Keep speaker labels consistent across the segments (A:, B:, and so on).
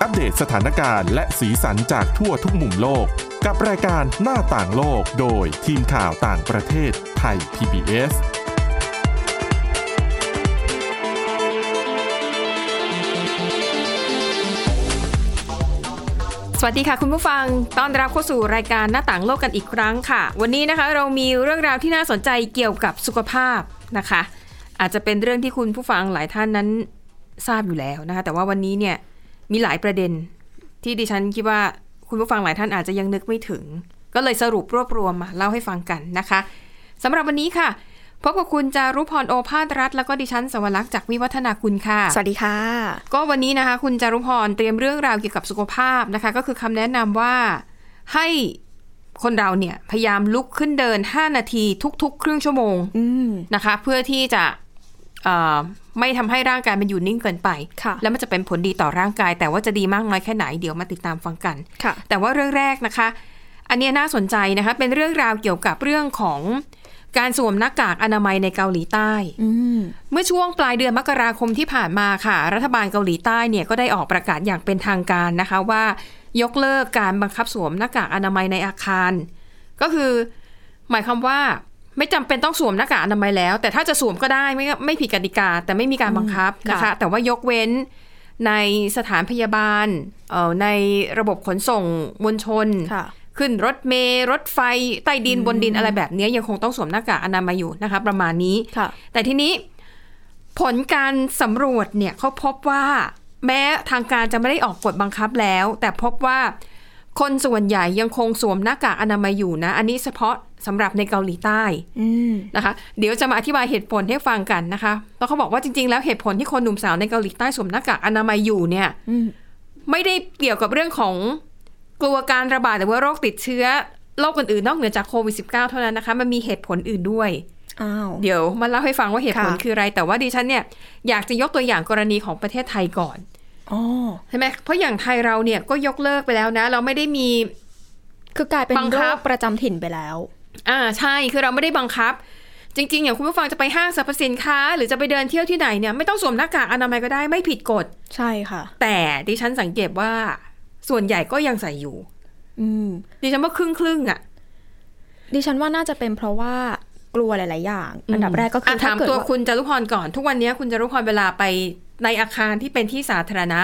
A: อัปเดตสถานการณ์และสีสันจากทั่วทุกมุมโลก กับรายการหน้าต่างโลกโดยทีมข่าวต่างประเทศไทย PBS
B: สวัสดีค่ะคุณผู้ฟัง ต้อนรับเข้าสู่รายการหน้าต่างโลกกันอีกครั้งค่ะ วันนี้นะคะเรามีเรื่องราวที่น่าสนใจเกี่ยวกับสุขภาพนะคะ อาจจะเป็นเรื่องที่คุณผู้ฟังหลายท่านนั้นทราบอยู่แล้วนะคะ แต่ว่าวันนี้เนี่ยมีหลายประเด็น ที่ดิฉันคิดว่าคุณผู้ฟังหลายท่านอาจจะยังนึกไม่ถึง ก็เลยสรุปรวบรวมมาเล่าให้ฟังกันนะคะสำหรับวันนี้ค่ะพบกับคุณจารุพรโอภาสรัฐแล้วก็ดิฉันสวรักษ์จากวิวัฒนาคุณค่ะ
C: สวัสดีค่ะ
B: ก็วันนี้นะคะ คุณจารุพรเตรียมเรื่องราวเกี่ยวกับสุขภาพนะคะ ก็คือคำแนะนำว่าให้คนเราเนี่ยพยายามลุกขึ้นเดิน 5 นาทีทุกๆ ครึ่งชั่วโมง
C: อืม
B: นะคะ เพื่อที่จะเอ่อไม่ทำให้ร่างกายมันอยู่นิ่งเกินไป
C: ค่ะ
B: แล้วมันจะเป็นผลดีต่อร่างกาย แต่ว่าจะดีมากน้อยแค่ไหนเดี๋ยวมาติดตามฟังกัน
C: ค่ะ
B: แต่ว่าเรื่องแรกนะคะ อันเนี้ยน่าสนใจนะคะ เป็นเรื่องราวเกี่ยวกับเรื่องของการสวมหน้ากากอนามัยในเกาหลีใต้
C: อืม
B: เมื่อช่วงปลายเดือนมกราคมที่ผ่านมาค่ะ รัฐบาลเกาหลีใต้เนี่ยก็ได้ออกประกาศอย่างเป็นทางการนะคะว่า ยกเลิกการบังคับสวมหน้ากากอนามัยในอาคาร ก็คือ หมายความว่าไม่จำเป็นต้องสวมหน้ากากอนามัยแล้ว แต่ถ้าจะสวมก็ได้ไม่ไม่ผิดกติกา แต่ไม่มีการบังคับ
C: ค่ะ
B: นะคะ แต่ว่ายกเว้นในสถานพยาบาลเอ่อในระบบขนส่งมวลชน
C: ค่ะ
B: ขึ้นรถเมล์รถไฟใต้ดินบนดินอะไรแบบเนี้ยยังคงต้องสวมหน้ากากอนามัยอยู่นะคะ ประมาณนี้
C: ค่ะ
B: แต่ทีนี้ผลการสำรวจเนี่ยเขาพบว่า แม้ทางการจะไม่ได้ออกกฎบังคับแล้ว แต่พบว่าคนส่วนใหญ่ยังคงสวมหน้ากากอนามัยอยู่นะ อันนี้เฉพาะสำหรับในเกาหลีใต้
C: อืม
B: นะคะ เดี๋ยวจะมาอธิบายเหตุผลให้ฟังกันนะคะแล้วเขาบอกว่าจริง ๆ แล้วเหตุผลที่คนหนุ่มสาวในเกาหลีใต้สวมหน้ากากอนามัยอยู่เนี่ย
C: อืม
B: ไม่ได้เกี่ยวกับเรื่องของกลัวการระบาดหรือว่าโรคติดเชื้อโรคอื่นๆนอกเหนือจากโควิด -19 เท่านั้นนะคะ มันมีเหตุผลอื่นด้วย
C: อ้าว
B: เดี๋ยวมาเล่าให้ฟังว่าเหตุผล
C: ค่ะ
B: คืออะไร แต่ว่าดิฉันเนี่ยอยากจะยกตัวอย่างกรณีของประเทศไทยก่อน
C: อ๋อ
B: ใช่ไหมเพราะอย่างไทยเราเนี่ยก็ยกเลิกไปแล้วนะ เราไม่ได้มี
C: คือกลายเป็น
B: บัง
C: โร
B: คับ
C: คประจำถิ่นไปแล้ว
B: อ่าใช่คือเราไม่ได้บังคับ จริงๆอย่างคุณผู้ฟังจะไปห้างสรรพสินค้า หรือจะไปเดินเที่ยวที่ไหนเนี่ยไม่ต้องสวมหน้ากากอนามัยก็ได้ไม่ผิดกฎ
C: ใช่ค่ะ
B: แต่ดิฉันสังเกตว่าส่วนใหญ่ก็ยังใส่อยู่
C: อืม
B: ดิฉันว่าครึ่งครึ่งๆอะ
C: ดิฉันว่าน่าจะเป็นเพราะว่ากลัวหลาย ๆ อย่าง อันดับแรกก็คือ
B: ถา
C: ถ้ามเกิด
B: ตัว
C: ว่า
B: คุณจารุพรก่อน ทุกวันนี้คุณจารุพรเวลาไปในอาคารที่เป็นที่สาธารณะ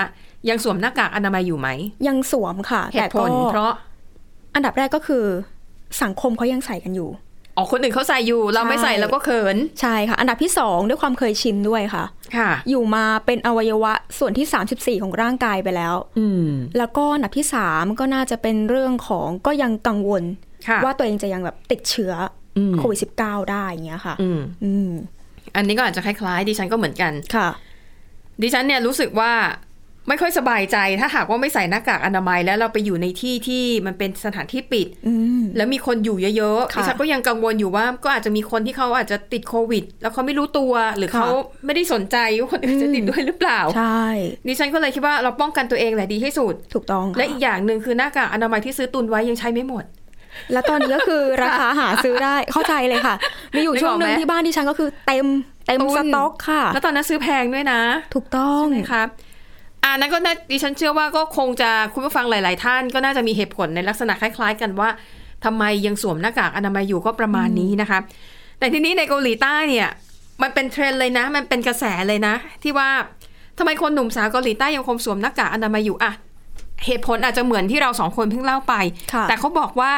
B: ยังสวมหน้ากากอนามัยอยู่ไหม
C: ยังสวมค่ะ
B: เห
C: แต่
B: ตุผ
C: ก็
B: ลเพราะ
C: อันดับแรกก็คือ สังคมเขายังใส่กันอยู่
B: อ๋อคนอื่นเขาใส่อยู่ เราไม่ใส่
C: ใช่
B: เราก็เขิน
C: ใช่ค่ะ อันดับที่สองด้วยความเคยชินด้วยค่ะ
B: ค่ะ
C: อยู่มาเป็นอวัยวะส่วนที่ 34 ของร่างกายไปแล้ว
B: อืม
C: แล้วก็อันดับที่สามก็น่าจะเป็นเรื่องของก็ยังกังวล
B: ค่ะ
C: ว่าตัวเองจะยังแบบติดเชื้อ
B: อืม
C: โควิดสิบเก้าได้อย่างเงี้ยค่ะ
B: อืม
C: อืม
B: อันนี้ก็อาจจะคล้ายๆดิฉันก็เหมือนกัน
C: ค่ะ
B: ดิฉันเนี่ยรู้สึกว่าไม่ค่อยสบายใจ ถ้าหากว่าไม่ใส่หน้ากากอนามัย แล้วเราไปอยู่ในที่ที่มันเป็นสถานที่ปิด
C: อืม
B: แล้วมีคนอยู่เยอะๆ
C: ค่ะ
B: ดิฉันก็ยังกังวลอยู่ว่าก็อาจจะมีคนที่เขาอาจจะติดโควิด แล้วเขาไม่รู้ตัวหรือ
C: ค่ะ
B: เขาไม่ได้สนใจว่าคนอื่นจะติดด้วยหรือเปล่า
C: ใช่
B: ดิฉันก็เลยคิดว่าเราป้องกันตัวเองแหละดีที่สุด
C: ถูกต้องค่ะ
B: และอีกอย่างหนึ่งคือหน้ากากอนามัยที่ซื้อตุนไว้ยังใช้ไม่หมด
C: แล้วตอนนี้ก็คือ ราคาหาซื้อได้เข้าใจเลยค่ะ มีอยู่
B: นึกออก
C: ช่วงหนึ่ง
B: ไหม
C: ที่บ้านดิฉันก็คือเต็มเต็ม
B: ตุน
C: สต็อกค่ะ
B: แล้วตอนนั้นซื้อแพงด้วยนะ
C: ถูกต้อง
B: ใช่ไหมครับอันนั้นก็น่าดิฉันเชื่อว่าก็คงจะคุณผู้ฟังหลาย ๆ ท่านก็น่าจะมีเหตุผลในลักษณะคล้าย ๆ กันว่าทำไมยังสวมหน้ากากอนามัยอยู่ก็ประมาณนี้นะคะ แต่ทีนี้ในเกาหลีใต้เนี่ยมันเป็นเทรนด์เลยนะ มันเป็นกระแสเลยนะ ที่ว่าทำไมคนหนุ่มสาวเกาหลีใต้ยังคงสวมหน้ากากอนามัยอยู่อะเหตุผลอาจจะเหมือนที่เราสองคนเพิ่งเล่าไป
C: ค่ะ
B: แต่เขาบอกว่า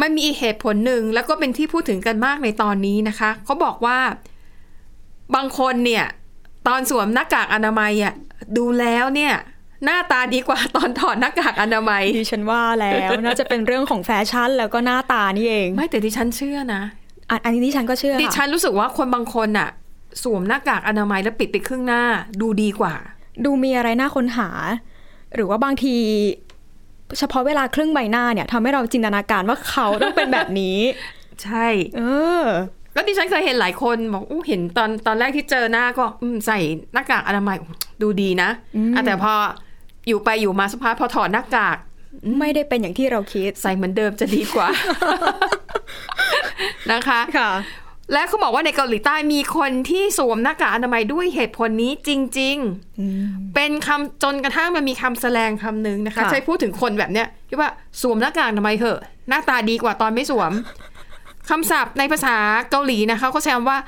B: มันมีอีกเหตุผลหนึ่งแล้วก็เป็นที่พูดถึงกันมากในตอนนี้นะคะ เขาบอกว่าบางคนเนี่ย ตอนสวมหน้ากากอนามัยอ่ะดูแล้วเนี่ย หน้าตาดีกว่า ตอนถอดหน้ากากอนามัย
C: ดิฉันว่า แล้วน่าจะเป็นเรื่องของแฟชั่นแล้วก็หน้าตานี่เอง
B: ไม่แต่ดิฉันเชื่อนะ
C: อ่ะอันนี้ดิฉันก็เชื่อ
B: ดิ
C: ค่ะ
B: ฉันรู้สึกว่าคนบางคนอ่ะ สวมหน้ากากอนามัยแล้วปิดไปครึ่งหน้าดูดีกว่า
C: ดูมีอะไรน่าค้นหา หรือว่าบางที เฉพาะเวลาครึ่งใบหน้าเนี่ยทำให้เราจินตนาการว่าเขาต้องเป็นแบบนี้
B: ใช่
C: เออ
B: ก็ดิฉันเคยเห็นหลายคนบอกอู้เห็นตอนตอนแรกที่เจอหน้าก็อืมใส่หน้ากากอนามัยอู้ดูดีนะ
C: อืม
B: อ่ะแต่พออยู่ไปอยู่มาสักพักพอถอดหน้ากาก
C: ไม่ได้เป็นอย่างที่เราคิด
B: ใส่เหมือนเดิมจะดีกว่า นะคะ
C: ค่ะ
B: และเขาบอกว่าในเกาหลีใต้มีคนที่สวมหน้ากากอนามัยด้วยเหตุผลนี้จริง
C: อืม
B: ๆ เป็นคำจนกระทั่งมันมีคำแสลงคำหนึ่งนะคะ
C: ค่ะ
B: ใช้พูดถึงคนแบบเนี้ยที่ว่าสวมหน้ากากอนามัยเหอะ หน้าตาดีกว่าตอนไม่สวมคำศัพท์ในภาษาเกาหลีนะคะเขาใช้คำว่า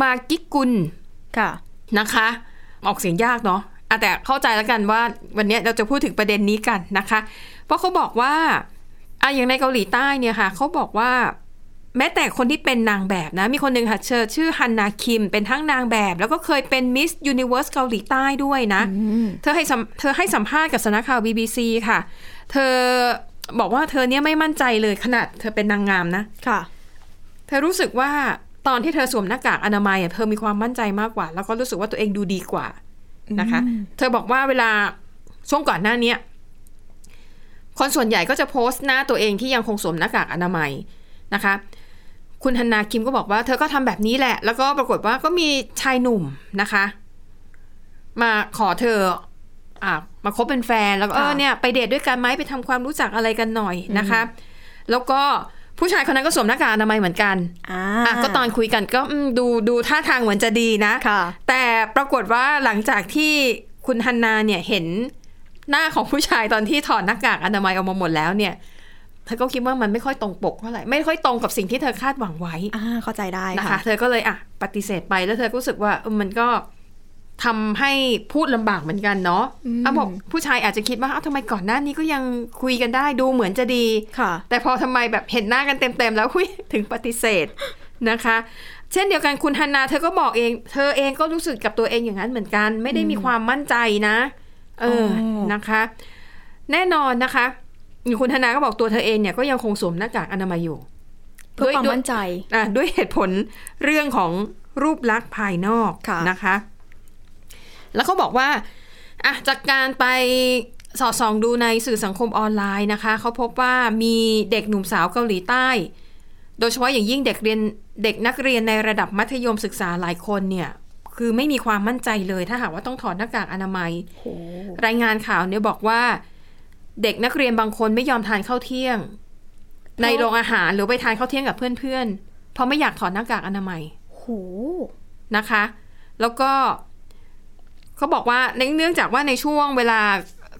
B: มากิกุล
C: ค่ะ
B: นะคะ ออกเสียงยากเนาะอ่ะแต่เข้าใจแล้วกันว่าวันเนี้ยเราจะพูดถึงประเด็นนี้กันนะคะ เพราะเขาบอกว่าอ่ะอย่างในเกาหลีใต้เนี่ยค่ะเขาบอกว่า แม้แต่คนที่เป็นนางแบบนะ มีคนหนึ่งค่ะเชิญชื่อฮันนาคิม เป็นทั้งนางแบบ แล้วก็เคยเป็นมิสยูนิเวิร์สเกาหลีใต้ด้วยนะ เธอให้สัมเธอให้สัมภาษณ์กับสำนักข่าว BBC ค่ะ เธอบอกว่าเธอเนี่ยไม่มั่นใจเลยขนาดเธอเป็นนางงามนะ
C: ค่ะ
B: เธอรู้สึกว่าตอนที่เธอสวมหน้ากากอนามัยอ่ะเธอมีความมั่นใจมากกว่า แล้วก็รู้สึกว่าตัวเองดูดีกว่านะคะ เธอบอกว่าเวลาช่วงก่อนหน้าเนี้ยคนส่วนใหญ่ก็จะโพสต์หน้าตัวเองที่ยังคงสวมหน้ากากอนามัยนะคะ คุณฮันนาคิมก็บอกว่าเธอก็ทำแบบนี้แหละ แล้วก็ปรากฏว่าก็มีชายหนุ่มนะคะ มาขอเธออ่ะมาคบเป็นแฟนแล้วก็เออ
C: ค่ะ
B: เนี่ยไปเดทด้วยกันไหมไปทำความรู้จักอะไรกันหน่อยนะคะ แล้วก็ผู้ชายคนนั้นก็สวมหน้ากากอนามัยเหมือนกัน
C: อ่า
B: อ่ะก็ตอนคุยกันก็อืมดูดูท่าทางเหมือนจะดีนะ
C: ค่ะ
B: แต่ปรากฏว่าหลังจากที่คุณฮันนาเนี่ยเห็นหน้าของผู้ชายตอนที่ถอดหน้ากากอนามัยออกมาหมดแล้วเนี่ยเธอก็คิดว่ามันไม่ค่อยตรงปกเท่าไหร่ไม่ค่อยตรงกับสิ่งที่เธอคาดหวังไว้
C: อ่า เข้าใจได้
B: นะคะ
C: ค่ะ
B: เธอก็เลยอ่ะปฏิเสธไปแล้วเธอก็รู้สึกว่าเออมันก็ทำให้พูดลำบากเหมือนกันเนาะ
C: อืม
B: อ่ะบอกผู้ชายอาจจะคิดว่าเอ้าทำไมก่อนหน้านี้ก็ยังคุยกันได้ดูเหมือนจะดี
C: ค่ะ
B: แต่พอทำไมแบบเห็นหน้ากันเต็มๆแล้ว หุ้ยถึงปฏิเสธนะคะ เช่นเดียวกันคุณฮันนาเธอก็บอกเอง เธอเองก็รู้สึกกับตัวเองอย่างนั้นเหมือนกัน ไม่ได้มีความมั่นใจนะเออ
C: อ๋อ
B: นะคะ แน่นอนนะคะคุณฮันนาก็บอกตัวเธอเองเนี่ยก็ยังคงสวมหน้ากากอนามัยอยู่
C: เพื่อความมั่นใจ
B: อ่ะด้วยเหตุผลเรื่องของรูปลักษณ์ภายนอก
C: ค่ะ
B: นะคะ แล้วเขาบอกว่าอ่ะจากการไปสอดส่องดูในสื่อสังคมออนไลน์นะคะ เขาพบว่ามีเด็กหนุ่มสาวเกาหลีใต้ โดยเฉพาะอย่างยิ่งเด็กเรียนเด็กนักเรียนในระดับมัธยมศึกษาหลายคนเนี่ย คือไม่มีความมั่นใจเลยถ้าหากว่าต้องถอดหน้ากากอนามัย
C: โห
B: รายงานข่าวเนี่ยบอกว่า เด็กนักเรียนบางคนไม่ยอมทานข้าวเที่ยง ในโรงอาหารหรือไปทานข้าวเที่ยงกับเพื่อนๆ เพราะไม่อยากถอดหน้ากากอนามัย
C: โห
B: นะคะ แล้วก็เขาบอกว่าเนื่องเนื่องจากว่าในช่วงเวลา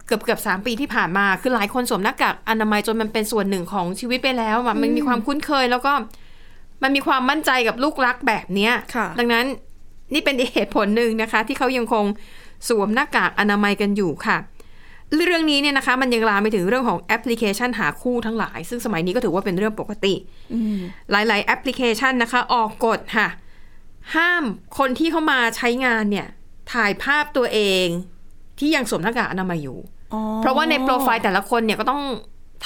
B: เกือบเกือบสามปีที่ผ่านมา คือหลายคนสวมหน้ากากอนามัยจนมันเป็นส่วนหนึ่งของชีวิตไปแล้วอะมันมีความคุ้นเคยแล้วก็มันมีความมั่นใจกับลูกรักแบบเนี้ย
C: ค่ะ
B: ดังนั้นนี่เป็นเหตุผลหนึ่งนะคะ ที่เขายังคงสวมหน้ากากอนามัยกันอยู่ค่ะ เรื่องนี้เนี่ยนะคะมันยังลามไปถึงเรื่องของแอปพลิเคชันหาคู่ทั้งหลาย ซึ่งสมัยนี้ก็ถือว่าเป็นเรื่องปกติ
C: อืม
B: หลาย ๆ แอปพลิเคชันนะคะ ออกกฎค่ะ ห้ามคนที่เข้ามาใช้งานเนี่ย ถ่ายภาพตัวเองที่ยังสวมหน้ากากอนามัยอยู่
C: อ๋อ
B: เพราะว่าในโปรไฟล์แต่ละคนเนี่ยก็ต้อง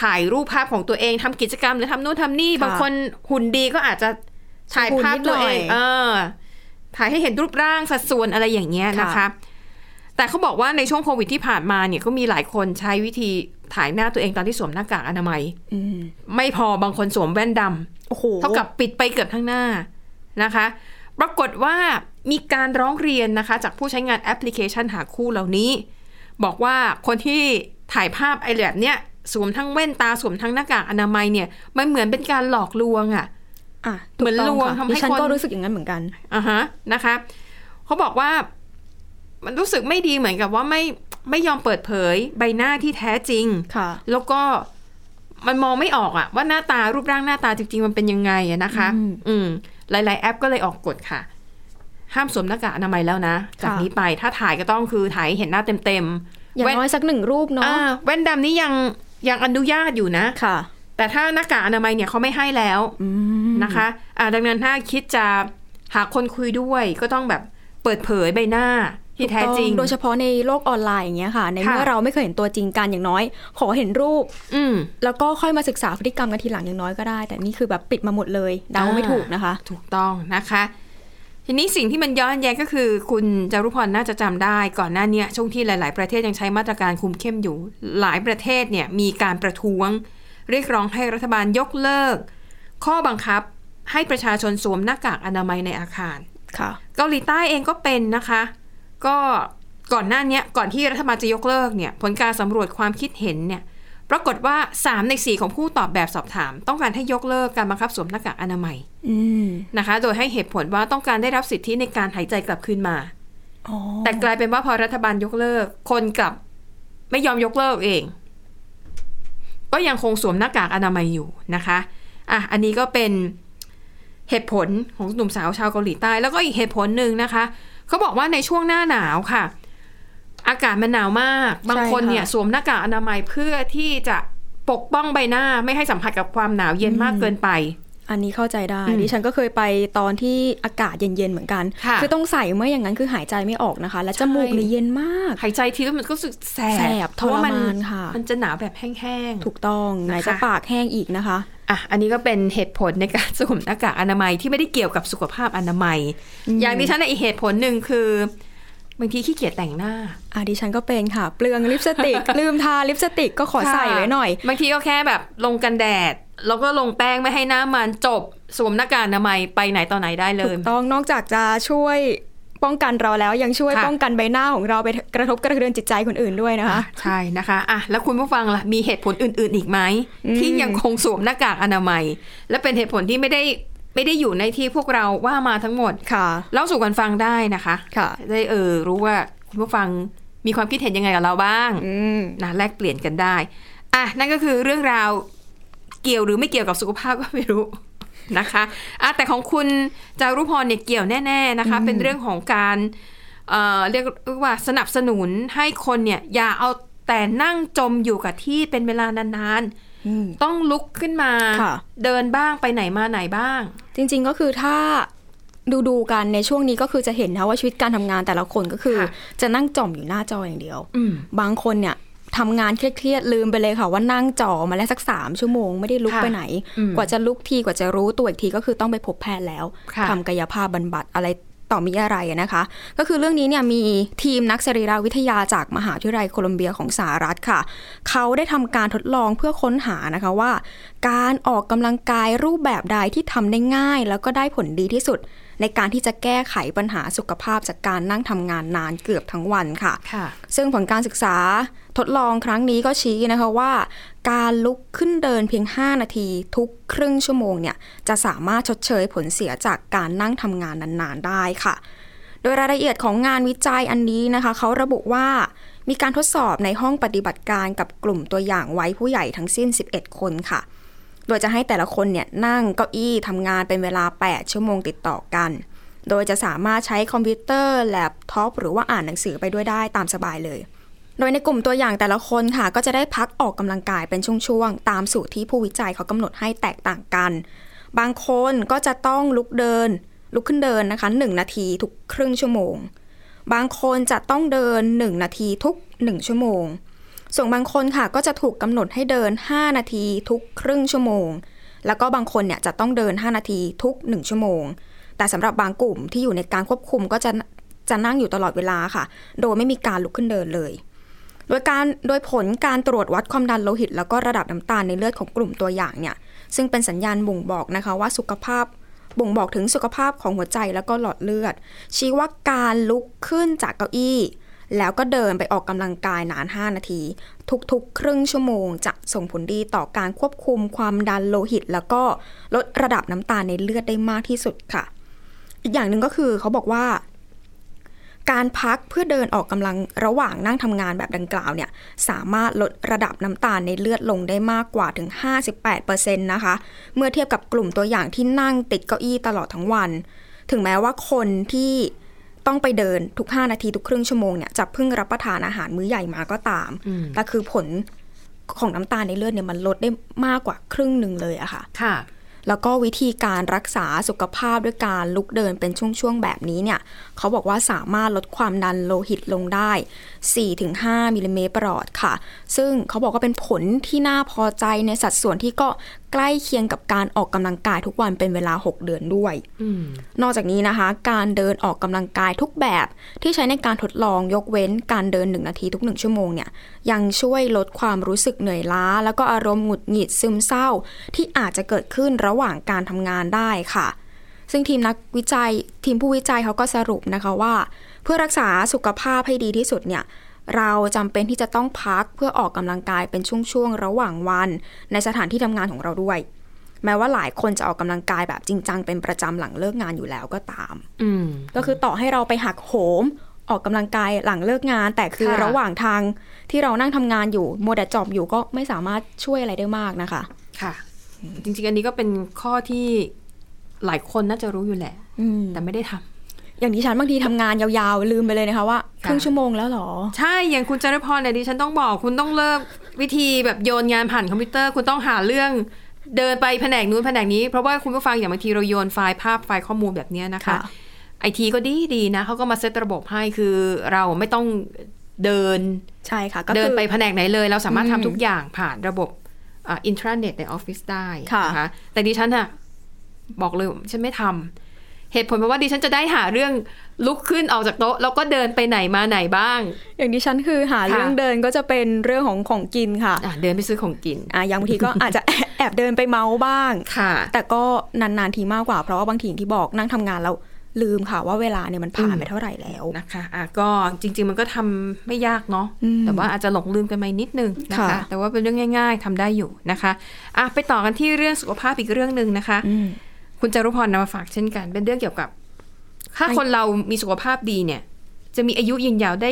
B: ถ่ายรูปภาพของตัวเองทำกิจกรรมหรือทำนู่นทำนี่
C: ค่ะ
B: บางคนหุ่นดีก็อาจจะถ่ายภาพตัวเอง
C: ชมพูนิดหน่อย
B: เออ ถ่ายให้เห็นรูปร่างสัดส่วนอะไรอย่างเงี้ยนะคะ
C: ค่ะ
B: แต่เขาบอกว่าในช่วงโควิดที่ผ่านมาเนี่ยก็มีหลายคนใช้วิธีถ่ายหน้าตัวเองตอนที่สวมหน้ากากอนามัย
C: อืม
B: ไม่พอบางคนสวมแว่นดำ
C: โอ้โห
B: เท่ากับปิดไปเกือบทั้งหน้านะคะ ปรากฏว่ามีการร้องเรียนนะคะ จากผู้ใช้งานแอปพลิเคชันหาคู่เหล่านี้ บอกว่าคนที่ถ่ายภาพไอ้แบบเนี้ยสวมทั้งแว่นตาสวมทั้งหน้ากากอนามัยเนี่ยมันเหมือนเป็นการหลอกลวงอะ
C: อ่ะ
B: เหมือนลวงทำให้
C: ดิฉัน
B: คน
C: ก็รู้สึกอย่างนั้นเหมือนกัน
B: อ่ะฮะนะคะเขาบอกว่ามันรู้สึกไม่ดีเหมือนกับว่าไม่ไม่ยอมเปิดเผยใบหน้าที่แท้จริง
C: ค่ะ
B: แล้วก็มันมองไม่ออกอะว่าหน้าตารูปร่างหน้าตาจริง ๆ มันเป็นยังไงอะนะคะ
C: อืม
B: อืมหลาย ๆ แอปก็เลยออกกฎค่ะ ห้ามสวมหน้ากากอนามัยแล้วนะ จาก
C: ค่ะ
B: นี้ไปถ้าถ่ายก็ต้องคือถ่ายให้เห็นหน้าเต็มๆ
C: อย่าง
B: แว่น
C: น้อยสักหนึ่งรูปเนาะ
B: อ่าแว่นดำนี่ยังยังอนุญาตอยู่นะ
C: ค่ะ
B: แต่ถ้าหน้ากากอนามัยเนี่ยเขาไม่ให้แล้ว
C: อืม
B: นะคะอ่าดังนั้นถ้าคิดจะหาคนคุยด้วย ก็ต้องแบบเปิดเผยใบหน้าที่แท้จริง
C: โดยเฉพาะในโลกออนไลน์อย่างเงี้ยค่ะ ใน
B: ค่ะ
C: เมื่อเราไม่เคยเห็นตัวจริงกันอย่างน้อย ขอเห็นรูป
B: อืม
C: แล้วก็ค่อยมาศึกษาพฤติกรรมกันทีหลังอย่างน้อยก็ได้ แต่นี่คือแบบปิดมาหมดเลยเดาไม่ถูกนะคะ
B: ถูกต้องนะคะ ทีนี้สิ่งที่มันย้อนแย้งก็คือ คุณจารุพรน่าจะจำได้ก่อนหน้าเนี้ยช่วงที่หลาย ๆ ประเทศยังใช้มาตรการคุมเข้มอยู่ หลายประเทศเนี่ยมีการประท้วง เรียกร้องให้รัฐบาลยกเลิก ข้อบังคับให้ประชาชนสวมหน้ากากอนามัยในอาคาร
C: ค่ะ
B: เกาหลีใต้เองก็เป็นนะคะ ก็ก่อนหน้าเนี้ยก่อนที่รัฐบาลจะยกเลิกเนี่ยผลการสำรวจความคิดเห็นเนี่ยปรากฏว่า 3 ใน 4 ของผู้ตอบแบบสอบถาม ต้องการให้ยกเลิกการบังคับสวมหน้ากากอนามัย
C: อืม
B: นะคะ โดยให้เหตุผลว่าต้องการได้รับสิทธิในการหายใจกลับคืนมา
C: อ๋อ
B: แต่กลายเป็นว่าพอรัฐบาลยกเลิก คนกลับไม่ยอมยกเลิกเอง ก็ยังคงสวมหน้ากากอนามัยอยู่นะคะอ่ะอันนี้ก็เป็นเหตุผลของหนุ่มสาวชาวเกาหลีใต้ แล้วก็อีกเหตุผลหนึ่งนะคะเขาบอกว่าในช่วงหน้าหนาวค่ะ อากาศมันหนาวมาก บางคนเนี่ยสวมหน้ากากอนามัยเพื่อที่จะปกป้องใบหน้าไม่ให้สัมผัสกับความหนาวเย็นมากเกินไป
C: อันนี้เข้าใจได้
B: อืม
C: ดิฉันก็เคยไปตอนที่อากาศเย็นๆเหมือนกัน
B: ค่ะ
C: อต้องใส่เมื่ออย่างนั้นคือหายใจไม่ออกนะคะ และจมูก
B: ใช่
C: เนี่ยเย็นมาก
B: หายใจทีแล้วมันก็รู้สึกแส
C: แส
B: บบ เพราะว่ามัน
C: ทรมานค่ะ
B: มันจะหนาวแบบแห้งๆ
C: ถูกต้องไหนจะปากแห้งอีกนะคะ
B: อ่ะ อันนี้ก็เป็นเหตุผลในการ สวมหน้ากากอนามัยที่ไม่ได้เกี่ยวกับสุขภาพอนามัย
C: อืม
B: อย่างที่ฉันน่ะอีกเหตุผลหนึ่งคือบางทีขี้เกียจแต่งหน้า
C: อ่ะดิฉันก็เป็นค่ะ เปลืองลิปสติก ลืมทาลิปสติกก็ขอใส่ไว้หน่อย
B: บางทีก็แค่แบบลงกันแดด แล้วก็ลงแป้งไม่ให้หน้ามันจบ สวมหน้ากากอนามัยไปไหนต่อไหนได้เล
C: ถู
B: ย
C: กต้องนอกจากจะช่วยป้องกันเราแล้วยังช่วย
B: ค่ะ
C: ป้องกันใบหน้าของเราไปกระทบกระเทือนจิตใจคนอื่นด้วยนะคะ
B: ใช่นะคะอ่ะแล้วคุณผู้ฟังล่ะ มีเหตุผลอื่น ๆ อีกไหม
C: อืม
B: ที่ยังคงสวมหน้ากากอนามัย และเป็นเหตุผลที่ไม่ได้ไม่ได้อยู่ในที่พวกเราว่ามาทั้งหมด
C: ค่ะ
B: เล่าสู่กันฟังได้นะคะ
C: ค่ะ
B: ได้เออรู้ว่าคุณผู้ฟังมีความคิดเห็นยังไงกับเราบ้าง
C: อืม
B: นะแลกเปลี่ยนกันได้อ่ะนั่นก็คือเรื่องราวเกี่ยวหรือไม่เกี่ยวกับสุขภาพก็ไม่รู้ นะคะอ่ะแต่ของคุณจารุพรเนี่ยเกี่ยวแน่ ๆนะคะ เป็นเรื่องของการเอ่อเรียกว่าสนับสนุนให้คนเนี่ยอย่าเอาแต่นั่งจมอยู่กับที่เป็นเวลานานๆ ต้องลุกขึ้นมา
C: ค่ะ
B: เดินบ้างไปไหนมาไหนบ้าง
C: จริงๆก็คือถ้าดูดูๆกันในช่วงนี้ก็คือจะเห็นนะว่าชีวิตการทำงานแต่ละคนก็คือ
B: ค่ะ
C: จะนั่งจ่อมอยู่หน้าจออย่างเดียว
B: อืม
C: บางคนเนี่ยทำงานเครียดๆลืมไปเลยค่ะว่านั่งจ่อมาแล้วสักสามชั่วโมงไม่ได้ลุก
B: ค่ะ
C: ไปไหน
B: อืม
C: กว่าจะลุกทีกว่าจะรู้ตัวอีกทีก็คือต้องไปพบแพทย์แล้ว
B: ค่ะ
C: ทำกายภาพบำบัดอะไรต่อมีอะไรอะนะคะ ก็คือเรื่องนี้เนี่ยมีทีมนักสรีรวิทยาจากมหาวิทยาลัยโคลัมเบียของสหรัฐค่ะ เขาได้ทำการทดลองเพื่อค้นหานะคะว่า การออกกำลังกายรูปแบบใดที่ทำได้ง่าย แล้วก็ได้ผลดีที่สุด ในการที่จะแก้ไขปัญหาสุขภาพจากการนั่งทำงานนานเกือบทั้งวันค่ะ
B: ค่ะ
C: ซึ่งผลการศึกษาทดลองครั้งนี้ก็ชี้นะคะว่า การลุกขึ้นเดินเพียง 5 นาทีทุกครึ่งชั่วโมงเนี่ยจะสามารถชดเชยผลเสียจากการนั่งทำงานนานๆได้ค่ะ โดยรายละเอียดของงานวิจัยอันนี้นะคะ เขาระบุว่ามีการทดสอบในห้องปฏิบัติการกับกลุ่มตัวอย่างไว้ผู้ใหญ่ทั้งสิ้น 11 คนค่ะ โดยจะให้แต่ละคนเนี่ยนั่งเก้าอี้ทำงานเป็นเวลา 8 ชั่วโมงติดต่อกัน โดยจะสามารถใช้คอมพิวเตอร์แล็ปท็อปหรือว่าอ่านหนังสือไปด้วยได้ตามสบายเลย โดยในกลุ่มตัวอย่างแต่ละคนค่ะ ก็จะได้พักออกกำลังกายเป็นช่วงๆ ตามสูตรที่ผู้วิจัยเขากำหนดให้แตกต่างกัน บางคนก็จะต้องลุกเดิน ลุกขึ้นเดินนะคะ 1 นาทีทุกครึ่งชั่วโมง บางคนจะต้องเดิน 1 นาทีทุก 1 ชั่วโมง ส่วนบางคนค่ะก็จะถูกกำหนดให้เดิน 5 นาทีทุกครึ่งชั่วโมง แล้วก็บางคนเนี่ยจะต้องเดิน 5 นาทีทุก 1 ชั่วโมง แต่สำหรับบางกลุ่มที่อยู่ในการควบคุมก็จะจะนั่งอยู่ตลอดเวลาค่ะ โดยไม่มีการลุกขึ้นเดินเลย โดยการโดยผลการตรวจวัดความดันโลหิต แล้วก็ระดับน้ำตาลในเลือดของกลุ่มตัวอย่างเนี่ย ซึ่งเป็นสัญญาณบ่งบอกนะคะว่าสุขภาพบ่งบอกถึงสุขภาพของหัวใจแล้วก็หลอดเลือด ชี้ว่าการลุกขึ้นจากเก้าอี้ แล้วก็เดินไปออกกำลังกายนาน 5 นาที ทุกๆ ครึ่งชั่วโมงจะส่งผลดีต่อการควบคุมความดันโลหิต แล้วก็ลดระดับน้ำตาลในเลือดได้มากที่สุดค่ะ อีกอย่างหนึ่งก็คือเขาบอกว่า การพักเพื่อเดินออกกำลังระหว่างนั่งทำงานแบบดังกล่าวเนี่ยสามารถลดระดับน้ำตาลในเลือดลงได้มากกว่าถึง 58%นะคะ เมื่อเทียบกับกลุ่มตัวอย่างที่นั่งติดเก้าอี้ตลอดทั้งวัน ถึงแม้ว่าคนที่ต้องไปเดินทุก 5 นาทีทุกครึ่งชั่วโมงเนี่ยจะเพิ่งรับประทานอาหารมื้อใหญ่มาก็ตาม
B: อืม
C: แต่คือผลของน้ำตาลในเลือดเนี่ยมันลดได้มากกว่าครึ่งหนึ่งเลยอะค่ะ
B: ค่ะ
C: แล้วก็วิธีการรักษาสุขภาพด้วยการลุกเดินเป็นช่วงๆ แบบนี้เนี่ยเขาบอกว่าสามารถลดความดันโลหิตลงได้ 4-5 มิลลิเมตรประหลอดค่ะ ซึ่งเขาบอกว่าเป็นผลที่น่าพอใจในสัดส่วนที่ก็ใกล้เคียงกับการออกกำลังกายทุกวันเป็นเวลา 6 เดือนด้วย
B: อืม
C: นอกจากนี้นะคะ การเดินออกกำลังกายทุกแบบที่ใช้ในการทดลองยกเว้นการเดิน 1 นาทีทุก 1 ชั่วโมงเนี่ยยังช่วยลดความรู้สึกเหนื่อยล้า แล้วก็อารมณ์หงุดหงิดซึมเศร้า ที่อาจจะเกิดขึ้นระหว่างการทำงานได้ค่ะ ซึ่งทีมนักวิจัยทีมผู้วิจัยเขาก็สรุปนะคะว่า เพื่อรักษาสุขภาพให้ดีที่สุดเนี่ยเราจำเป็นที่จะต้องพักเพื่อออกกำลังกายเป็นช่วงๆระหว่างวัน ในสถานที่ทำงานของเราด้วย แ แม้ว่าหลายคนจะออกกำลังกายแบบจริงจังเป็นประจำหลังเลิกงานอยู่แล้วก็ตาม
B: อืม
C: ก็คือต่อให้เราไปหักโหม ออกกำลังกายหลังเลิกงาน แต่คือ
B: ค่ะ
C: ระหว่างทางที่เรานั่งทำงานอยู่มัวแต่จอบอยู่ก็ไม่สามารถช่วยอะไรได้มากนะคะ
B: ค่ะ จริง ๆ อันนี้ก็เป็นข้อที่หลายคนน่าจะรู้อยู่แหละ
C: อืม
B: แต่ไม่ได้ทำ
C: อย่างดิฉันบางทีทำงานยาวๆลืมไปเลยนะคะว่า
B: ค่ะ
C: ครึ่งชั่วโมงแล้วเหรอ
B: ใช่ อย่างคุณจารพรเนี่ยดิฉันต้องบอกคุณต้องเลิกวิธีแบบโยนงานผ่านคอมพิวเตอร์ คุณต้องหาเรื่องเดินไปแผนกนู้นแผนกนี้ เพราะว่าคุณผู้ฟังอย่างบางทีเราโยนไฟล์ภาพไฟล์ข้อมูลแบบเนี้ยนะคะ
C: ค่ะ
B: ไอทีก็ดีดีๆนะเขาก็มาเซตระบบให้คือเราไม่ต้องเดิน
C: ใช่ค่ะ ก็
B: เดิ
C: คื
B: น
C: อ
B: ไปแผนกไหนเลย เราสามารถ
C: อืม
B: ทำทุกอย่างผ่านระบบอินทราเน็ตในออฟฟิศได้
C: ค่ะ
B: นแต่ดิฉันอะบอกเลยฉันไม่ทำเหตุผลเพราะว่าดิฉันจะได้หาเรื่องลุกขึ้นออกจากโต๊ะ แล้วก็เดินไปไหนมาไหนบ้าง
C: อย่างดิฉันคือหา
B: ค่ะ
C: เรื่องเดินก็จะเป็นเรื่องของของกินค่ะ
B: อ่ะเดินไปซื้อของกิน
C: อ่ะอย่างบางทีก็ อาจจะแอบแอบเดินไปเมาส์บ้าง
B: ค่ะ
C: แต่ก็นานๆทีมากกว่าเพราะว่าบางทีอย่างที่บอกนั่งทำงานแล้วลืมค่ะว่าเวลาเนี่ยมันผ่านไปเท่าไหร่แล้ว
B: นะคะอ่ะก็จริง ๆ มันก็ทำไม่ยากเนาะ
C: อืม
B: แต่ว่าอาจจะหลงลืมกันไปนิดนึงนะคะ
C: ค่ะ
B: แต่ว่าเป็นเรื่องง่าย ๆทำได้อยู่นะคะอ่ะไปต่อกันที่เรื่องสุขภาพอีกเรื่องหนึ่งนะคะ
C: อืม
B: คุณจารุพรนำมาฝากเช่นกัน เป็นเรื่องเกี่ยวกับ ถ้า
C: ไอ้
B: คนเรามีสุขภาพดีเนี่ย จะมีอายุยืนยาวได้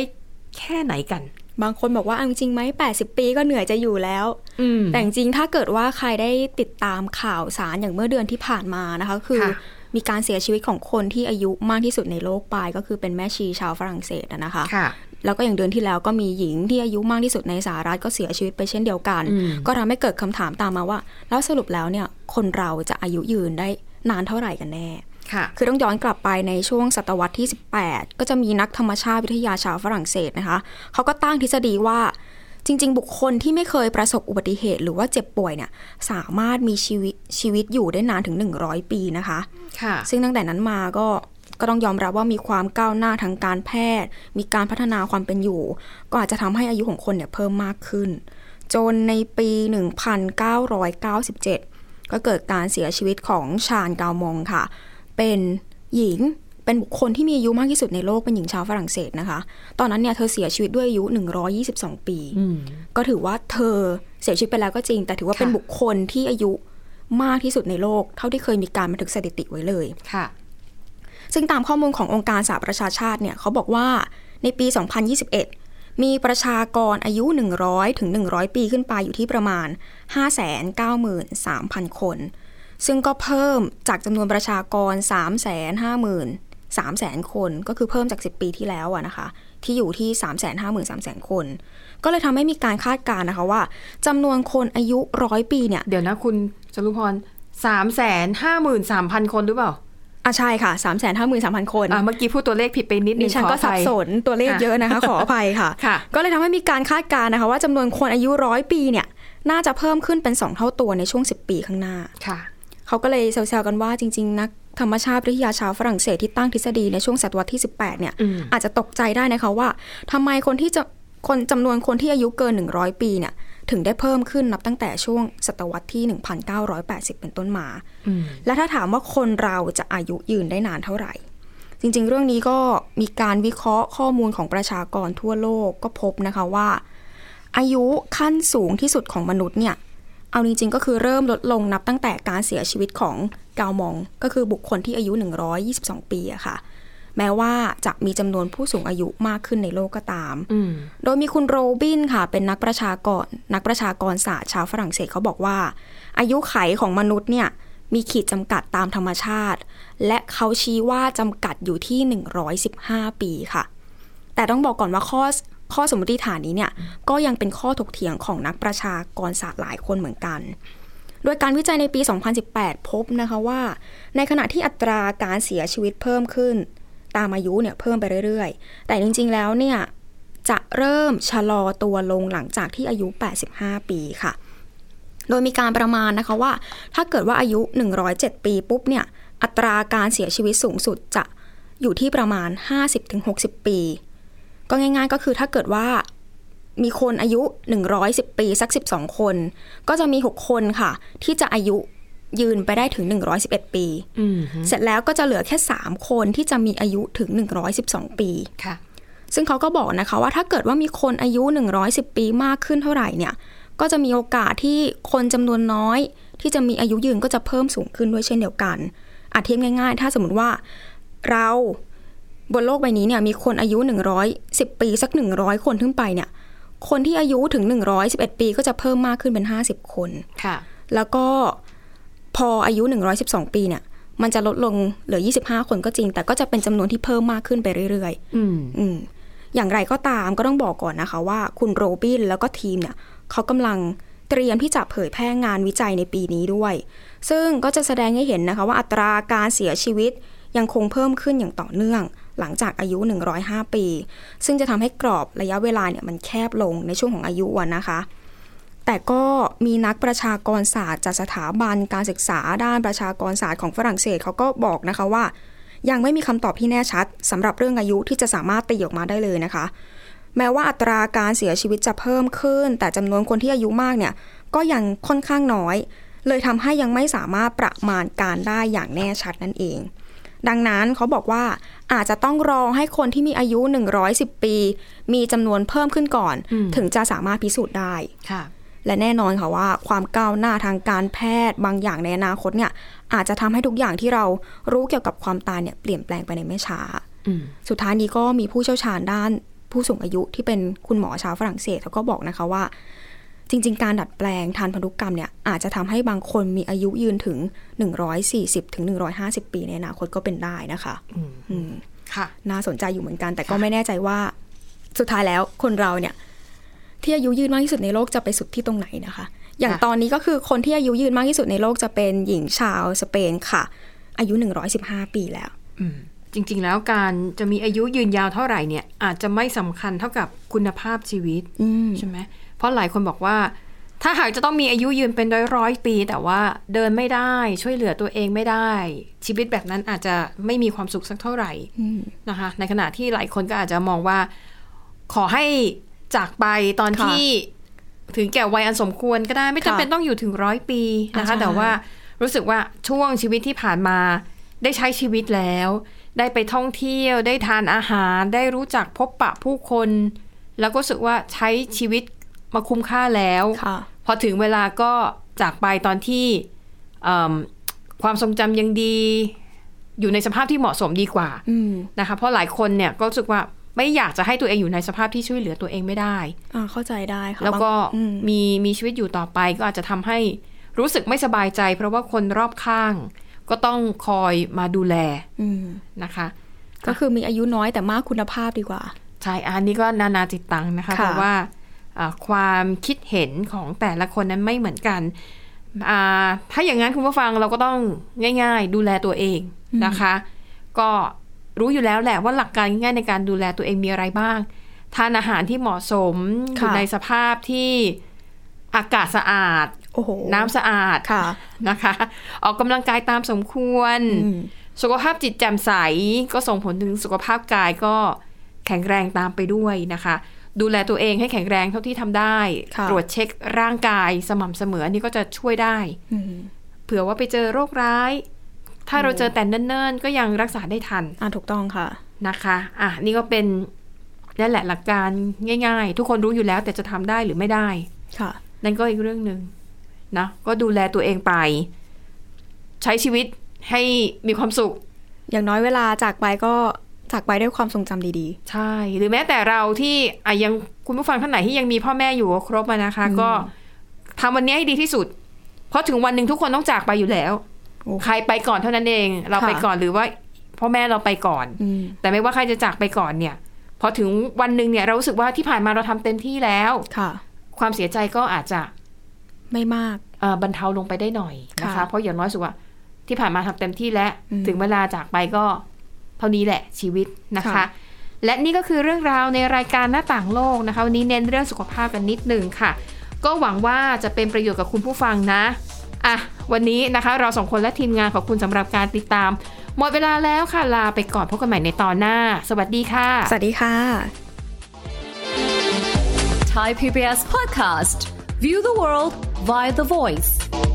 B: แค่ไหนกัน
C: บางคนบอกว่าเอาจริงๆไหม80 ปีก็เหนื่อยจะอยู่แล้ว
B: อืม
C: แต่จริงๆ ถ้าเกิดว่าใครได้ติดตามข่าวสารอย่างเมื่อเดือนที่ผ่านมานะคะ คือ
B: ค่ะ
C: มีการเสียชีวิตของคนที่อายุมากที่สุดในโลกไป ก็คือเป็นแม่ชีชาวฝรั่งเศสอะนะคะ
B: ค่ะ
C: แล้วก็อย่างเดือนที่แล้วก็มีหญิงที่อายุมากที่สุดในสหรัฐก็เสียชีวิตไปเช่นเดียวกัน
B: อืม
C: ก็ทำให้เกิดคำถามตามมาว่า แล้วสรุปแล้วเนี่ยคนเราจะอายุยืนได้นานเท่าไหร่กันแน่
B: ค่ะ
C: คือต้องย้อนกลับไปในช่วงศตวรรษที่ 18 ก็จะมีนักธรรมชาติวิทยาชาวฝรั่งเศสนะคะ เขาก็ตั้งทฤษฎีว่าจริง ๆ บุคคลที่ไม่เคยประสบอุบัติเหตุ หรือว่าเจ็บป่วยเนี่ยสามารถมีชีวิตชีวิตอยู่ได้นานถึง 100 ปีนะคะ
B: ค่ะ
C: ซึ่งตั้งแต่นั้นมาก็ก็ต้องยอมรับว่ามีความก้าวหน้าทางการแพทย์ มีการพัฒนาความเป็นอยู่ ก็อาจจะทำให้อายุของคนเนี่ยเพิ่มมากขึ้น จนในปี 1997 ก็เกิดการเสียชีวิตของชาญกาวมองค่ะ เป็นหญิงเป็นบุคคลที่มีอายุมากที่สุดในโลกเป็นหญิงชาวฝรั่งเศสนะคะ ตอนนั้นเนี่ยเธอเสียชีวิตด้วยอายุ 122 ปี ก็ถือว่าเธอเสียชีวิตไปแล้วก็จริง แต่ถือว่าเป็น
B: ค่ะ
C: บุคคลที่อายุมากที่สุดในโลก เท่าที่เคยมีการบันทึกสถิติไว้เลย
B: ค่ะ
C: ซึ่งตามข้อมูลขององค์การสหประชาชาติเนี่ยเขาบอกว่าในปี 2021 มีประชากรอายุ 100 ถึง 100 ปีขึ้นไปอยู่ที่ประมาณ 593,000 คน ซึ่งก็เพิ่มจากจำนวนประชากร 350,000 300,000 คน ก็คือเพิ่มจาก 10 ปีที่แล้วอะนะคะ ที่อยู่ที่ 353,000 คน ก็เลยทำให้มีการคาดการณ์นะคะว่าจำนวนคนอายุ 100 ปีเนี่ย
B: เดี๋ยวนะคุณจารุพรสามแสนห้าหมื่นสามพันคนหรือเปล่า
C: อ่ะใช่ค่ะ 353,000 คน
B: อ่ะเมื่อกี้พูดตัวเลขผิดไปนิดนึ
C: ดิ
B: ง
C: ฉัน
B: ขอ
C: ก็
B: อ
C: สับ
B: ภัย
C: สนตัวเลข
B: ค่ะ
C: เยอะ นะคะ ขออภัยค่ะ
B: ค่ะ
C: ก็เลยทำให้มีการคาดการณ์นะคะว่าจำนวนคนอายุร้อยปีเนี่ยน่าจะเพิ่มขึ้นเป็น 2 เท่าตัวในช่วง 10 ปีข้างหน้า
B: ค่ะ
C: เขาก็เลยแซวๆกันว่าจริง ๆ นักธรรมชาติวิทยาชาวฝรั่งเศสที่ตั้งทฤษฎีในช่วงศตวรรษที่ 18 เนี่ย
B: อืม
C: อาจจะตกใจได้นะคะว่าทำไมคนที่จะคนจำนวนคนที่อายุเกิน 100 ปีเนี่ยถึงได้เพิ่มขึ้นนับตั้งแต่ช่วงศตวรรษที่ 1980 เป็นต้นมา
B: อืม
C: และถ้าถามว่าคนเราจะอายุยืนได้นานเท่าไหร่ จริงๆ เรื่องนี้ก็มีการวิเคราะห์ข้อมูลของประชากรทั่วโลกก็พบนะคะว่า อายุขั้นสูงที่สุดของมนุษย์เนี่ย เอาจริงๆ ก็คือเริ่มลดลงนับตั้งแต่การเสียชีวิตของกาวมอง ก็คือบุคคลที่อายุ 122 ปีอะค่ะ แม้ว่าจะมีจำนวนผู้สูงอายุมากขึ้นในโลกก็ตาม
B: อืม
C: โดยมีคุณโรบินค่ะ เป็นนักประชากร นักประชากรศาสตร์ชาวฝรั่งเศสเขาบอกว่า อายุไขของมนุษย์เนี่ย มีขีดจำกัดตามธรรมชาติ และเขาชี้ว่าจำกัดอยู่ที่ 115 ปีค่ะ แต่ต้องบอกก่อนว่าข้อข้อสมมติฐานนี้เนี่ย ก็ยังเป็นข้อถกเถียงของนักประชากรศาสตร์หลายคนเหมือนกัน โดยการวิจัยในปี 2018 พบนะคะว่า ในขณะที่อัตราการเสียชีวิตเพิ่มขึ้น ตามอายุเนี่ยเพิ่มไปเรื่อยๆ แต่จริงๆแล้วเนี่ย จะเริ่มชะลอตัวลงหลังจากที่อายุ 85 ปีค่ะ โดยมีการประมาณนะคะว่า ถ้าเกิดว่าอายุ 107 ปีปุ๊บเนี่ย อัตราการเสียชีวิตสูงสุดจะอยู่ที่ประมาณ 50-60 ปี ก็ง่ายๆก็คือถ้าเกิดว่ามีคนอายุ 110 ปีสัก 12 คน ก็จะมี 6 คนค่ะ ที่จะอายุยืนไปได้ถึง 111 ปี
B: อืม
C: เสร็จแล้วก็จะเหลือแค่ 3 คนที่จะมีอายุถึง 112 ปี
B: ค่ะ
C: ซึ่งเขาก็บอกนะคะว่าถ้าเกิดว่ามีคนอายุ 110 ปีมากขึ้นเท่าไหร่เนี่ย ก็จะมีโอกาสที่คนจำนวนน้อย ที่จะมีอายุยืนก็จะเพิ่มสูงขึ้นด้วยเช่นเดียวกัน อาเทียบง่ายๆ ถ้าสมมติว่าเราบนโลกใบนี้เนี่ยมีคนอายุ 110 ปีสัก 100 คนขึ้นไปเนี่ย คนที่อายุถึง 111 ปีก็จะเพิ่มมากขึ้นเป็น 50 คน
B: ค่ะ
C: แล้วก็พออายุ 112 ปีเนี่ย มันจะลดลงเหลือ 25 คนก็จริง แต่ก็จะเป็นจำนวนที่เพิ่มมากขึ้นไปเรื่อย ๆ
B: อืม
C: อืมอย่างไรก็ตามก็ต้องบอกก่อนนะคะว่าคุณโรบินแล้วก็ทีมเนี่ยเขากำลังเตรียมที่จะเผยแพร่งานวิจัยในปีนี้ด้วย ซึ่งก็จะแสดงให้เห็นนะคะว่าอัตราการเสียชีวิตยังคงเพิ่มขึ้นอย่างต่อเนื่อง หลังจากอายุ 105 ปี ซึ่งจะทำให้กรอบระยะเวลาเนี่ยมันแคบลงในช่วงของอายุอะนะคะ แต่ก็มีนักประชากรศาสตร์จากสถาบันการศึกษาด้านประชากรศาสตร์ของฝรั่งเศสเขาก็บอกนะคะว่า ยังไม่มีคำตอบที่แน่ชัดสำหรับเรื่องอายุที่จะสามารถตีออกมาได้เลยนะคะ แม้ว่าอัตราการเสียชีวิตจะเพิ่มขึ้น แต่จำนวนคนที่อายุมากเนี่ย ก็ยังค่อนข้างน้อย เลยทำให้ยังไม่สามารถประมาณการได้อย่างแน่ชัดนั่นเอง ดังนั้นเขาบอกว่าอาจจะต้องรอให้คนที่มีอายุ 110 ปี มีจำนวนเพิ่มขึ้นก่อน
B: อืม
C: ถึงจะสามารถพิสูจน์ได้
B: ค่ะ
C: และแน่นอนค่ะว่าความก้าวหน้าทางการแพทย์บางอย่างในอนาคตเนี่ยอาจจะทำให้ทุกอย่างที่เรารู้เกี่ยวกับความตายเนี่ยเปลี่ยนแปลงไปในไม่ช้า
B: อืม
C: สุดท้ายนี้ก็มีผู้เชี่ยวชาญด้านผู้สูงอายุที่เป็นคุณหมอชาวฝรั่งเศสเขาก็บอกนะคะว่า จริง ๆ การดัดแปลงทางพันธุกรรมเนี่ยอาจจะทำให้บางคนมีอายุยืนถึง 140ถึง150 ปีในอนาคตก็เป็นได้นะคะ อืม
B: ค่ะ
C: น่าสนใจอยู่เหมือนกัน แต่ก็ไม่แน่ใจว่า สุดท้ายแล้วคนเราเนี่ย ที่อายุยืนมากที่สุดในโลกจะไปสุดที่ตรงไหนนะคะ อย่าง
B: ค่ะ
C: ตอนนี้ก็คือคนที่อายุยืนมากที่สุดในโลกจะเป็นหญิงชาวสเปนค่ะ อายุ 115 ปีแล้ว
B: อืม จริง ๆ แล้วการจะมีอายุยืนยาวเท่าไหร่เนี่ย อาจจะไม่สำคัญเท่ากับคุณภาพชีวิต
C: อืม
B: ใช่ไหมเพราะหลายคนบอกว่า ถ้าหากจะต้องมีอายุยืนเป็นร้อยร้อยๆปี แต่ว่าเดินไม่ได้ช่วยเหลือตัวเองไม่ได้ ชีวิตแบบนั้นอาจจะไม่มีความสุขสักเท่าไหร่
C: อืม
B: นะคะ ในขณะที่หลายคนก็อาจจะมองว่า ขอให้จากไปตอน
C: ค่ะ
B: ที่ถึงแก่วัยอันสมควรก็ได้ไม่จำ
C: ค่ะ
B: เป็นต้องอยู่ถึงร้อยปีนะคะ
C: อ่าใช่
B: แต่ว่ารู้สึกว่าช่วงชีวิตที่ผ่านมา ได้ใช้ชีวิตแล้ว ได้ไปท่องเที่ยว ได้ทานอาหาร ได้รู้จักพบปะผู้คน แล้วก็รู้สึกว่าใช้ชีวิตมาคุ้มค่าแล้ว
C: ค่ะ
B: พอถึงเวลาก็จากไปตอนที่เอิ่มความทรงจำยังดี อยู่ในสภาพที่เหมาะสมดีกว่า
C: อืม
B: นะคะ เพราะหลายคนเนี่ยก็รู้สึกว่าไม่อยากจะให้ตัวเองอยู่ในสภาพที่ช่วยเหลือตัวเองไม่ได้
C: อ่า เข้าใจได้ค่ะ
B: แล้วก็
C: บางอืม
B: มีมีชีวิตอยู่ต่อไปก็อาจจะทำให้รู้สึกไม่สบายใจ เพราะว่าคนรอบข้าง ก็ต้องคอยมาดูแล
C: อืม
B: นะคะ
C: ก็คือมีอายุน้อยแต่มากคุณภาพดีกว่า
B: ใช่อันนี้ก็นานาจิตตังนะคะ
C: ค่ะ
B: เพราะว่าเอ่อความคิดเห็นของแต่ละคนนั้นไม่เหมือนกันอ่าถ้าอย่างนั้นคุณผู้ฟังเราก็ต้องง่าย ๆ ดูแลตัวเองนะคะ ก็รู้อยู่แล้วแหละว่าหลักการง่ายๆในการดูแลตัวเองมีอะไรบ้าง ทานอาหารที่เหมาะสมอยู่ในสภาพที่อากาศสะอาด
C: โอ้โห
B: น้ำสะอาด
C: ค่ะ
B: นะคะ ออกกำลังกายตามสมควร
C: อืม
B: สุขภาพจิตแจ่มใสก็ส่งผลถึงสุขภาพกายก็แข็งแรงตามไปด้วยนะคะ ดูแลตัวเองให้แข็งแรงเท่าที่ทำได้
C: ค่ะ
B: ตรวจเช็คร่างกายสม่ำเสมออันนี่ก็จะช่วยได้
C: อืม
B: เผื่อว่าไปเจอโรคร้าย ถ้าเราเจอแต่เนิ่นๆ ก็ยังรักษาได้ทัน
C: อ่าถูกต้องค่ะ
B: นะคะ อ่ะ นี่ก็เป็นนั่นแหละหลักการง่าย ๆ ทุกคนรู้อยู่แล้วแต่จะทำได้หรือไม่ได้
C: ค่ะ
B: นั่นก็อีกเรื่องหนึ่งนะก็ดูแลตัวเองไป ใช้ชีวิตให้มีความสุข
C: อย่างน้อยเวลาจากไปก็จากไปด้วยความทรงจำดี
B: ใช่ หรือแม้แต่เราที่อ่ะยังคุณผู้ฟังท่านไหนที่ยังมีพ่อแม่อยู่ครบอะนะคะ ก็ทำวันนี้ให้ดีที่สุด เพราะถึงวันหนึ่งทุกคนต้องจากไปอยู่แล้ว
C: ๆโอ้
B: ใครไปก่อนเท่านั้นเอง เรา
C: ค่ะ
B: ไปก่อนหรือว่าพ่อแม่เราไปก่อน
C: อืม
B: แต่ไม่ว่าใครจะจากไปก่อนเนี่ยพอถึงวันหนึ่งเนี่ยเรารู้สึกว่าที่ผ่านมาเราทำเต็มที่แล้ว
C: ค่ะ
B: ความเสียใจก็อาจจะ
C: ไม่มาก
B: เอ่อบรรเทาลงไปได้หน่อยนะคะ
C: ค่ะ
B: เพราะอย่างน้อยสุดว่าที่ผ่านมาทำเต็มที่แล้ว
C: อืม
B: ถึงเวลาจากไปก็เท่านี้แหละชีวิตนะคะ
C: ค่ะ
B: และนี่ก็คือเรื่องราวในรายการหน้าต่างโลกนะคะ วันนี้เน้นเรื่องสุขภาพกันนิดหนึ่งค่ะ ก็หวังว่าจะเป็นประโยชน์กับคุณผู้ฟังนะอ่ะวันนี้นะคะ เราสองคนและทีมงานขอบคุณสำหรับการติดตาม หมดเวลาแล้วค่ะลาไปก่อนพบกันใหม่ในตอนหน้า สวัสดีค่ะ
C: สวัสดีค่ะ
D: Thai PBS podcast. View the world via the voice.